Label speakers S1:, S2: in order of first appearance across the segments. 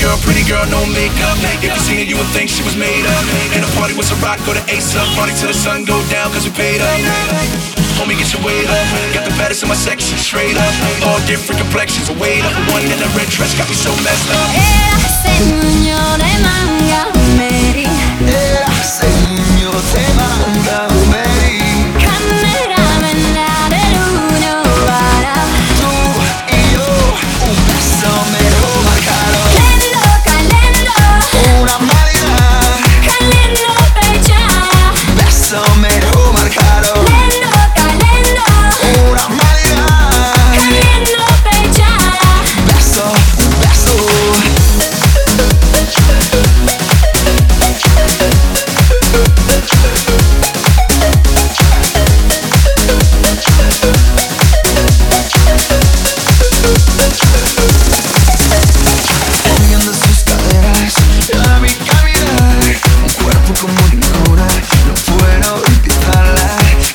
S1: girl, pretty girl, no makeup. If you seen her, you would think she was made up. And the party was a rock, go to Ace up. Party till the sun go down, cause we paid up. Homie, get your weight up. Got the baddest in my section, straight up. All different complexions, a weight up. One in a red dress got me so messed up.
S2: Era signore manga meri
S3: Era segno te manda numeri
S2: Cameraman dell'uno bara
S3: Tu, io, un pezzo me lo marcano
S2: Lendo, calendo,
S3: Una marina,
S2: calendo pecciara
S3: pezzo me lo marcano
S2: Lendo, calendo,
S3: Una marina,
S2: calendo pecciara
S3: pezzo, un pezzo Moviendo sus caderas a mi caminar Un cuerpo como ninguna, no puedo evitarla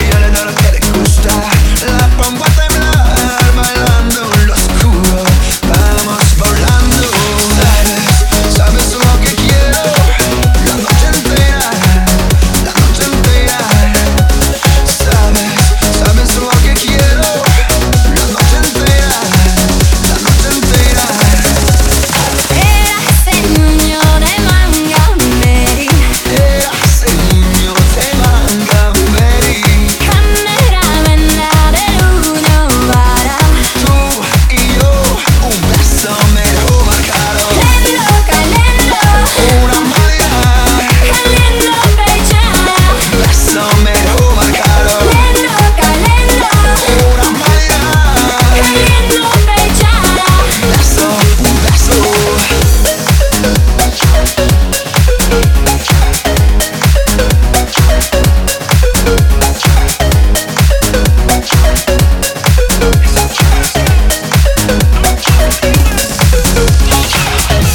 S3: Yo le doy lo que le gusta, la pongo a temblar Bailando en lo oscuro, vamos volando Sabes, sabes lo que quiero La noche entera, la noche entera Sabes, sabes lo que quiero La noche entera, la noche entera
S2: Era signore manga meri
S3: Era segno Eh, te manda numeri
S2: Cameraman dell'uno bara
S3: Tu e io un pezzo me lo marcaro
S2: Lendo, calendo,
S3: Una moneta
S2: calendo pecciara
S3: un pezzo me lo marcaro
S2: Lendo, calendo
S3: Una moneta
S2: Cayendo pechada
S3: un pezzo, un pezzo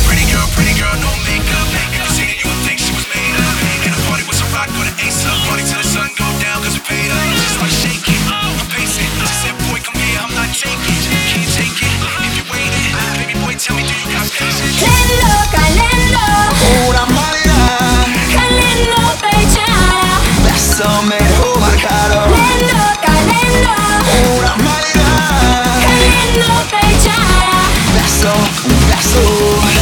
S1: Pretty girl, pretty girl, no makeup. If you seen her, you would think she was made up. And the party was a rock, go to Ace up. Party till the sun go down, cause we paid up. She started shaking, I'm pacing. She said, boy, come here, I'm not taking. Can't take it, if you're waiting. Baby boy, tell me, do you got patience?
S2: Lendo, calendo,
S3: Una moneta
S2: calendo pechada
S3: un pezzo me lo marcaro
S2: Lendo, calendo,
S3: Una moneta
S2: calendo pechada
S3: un pezzo, un pezzo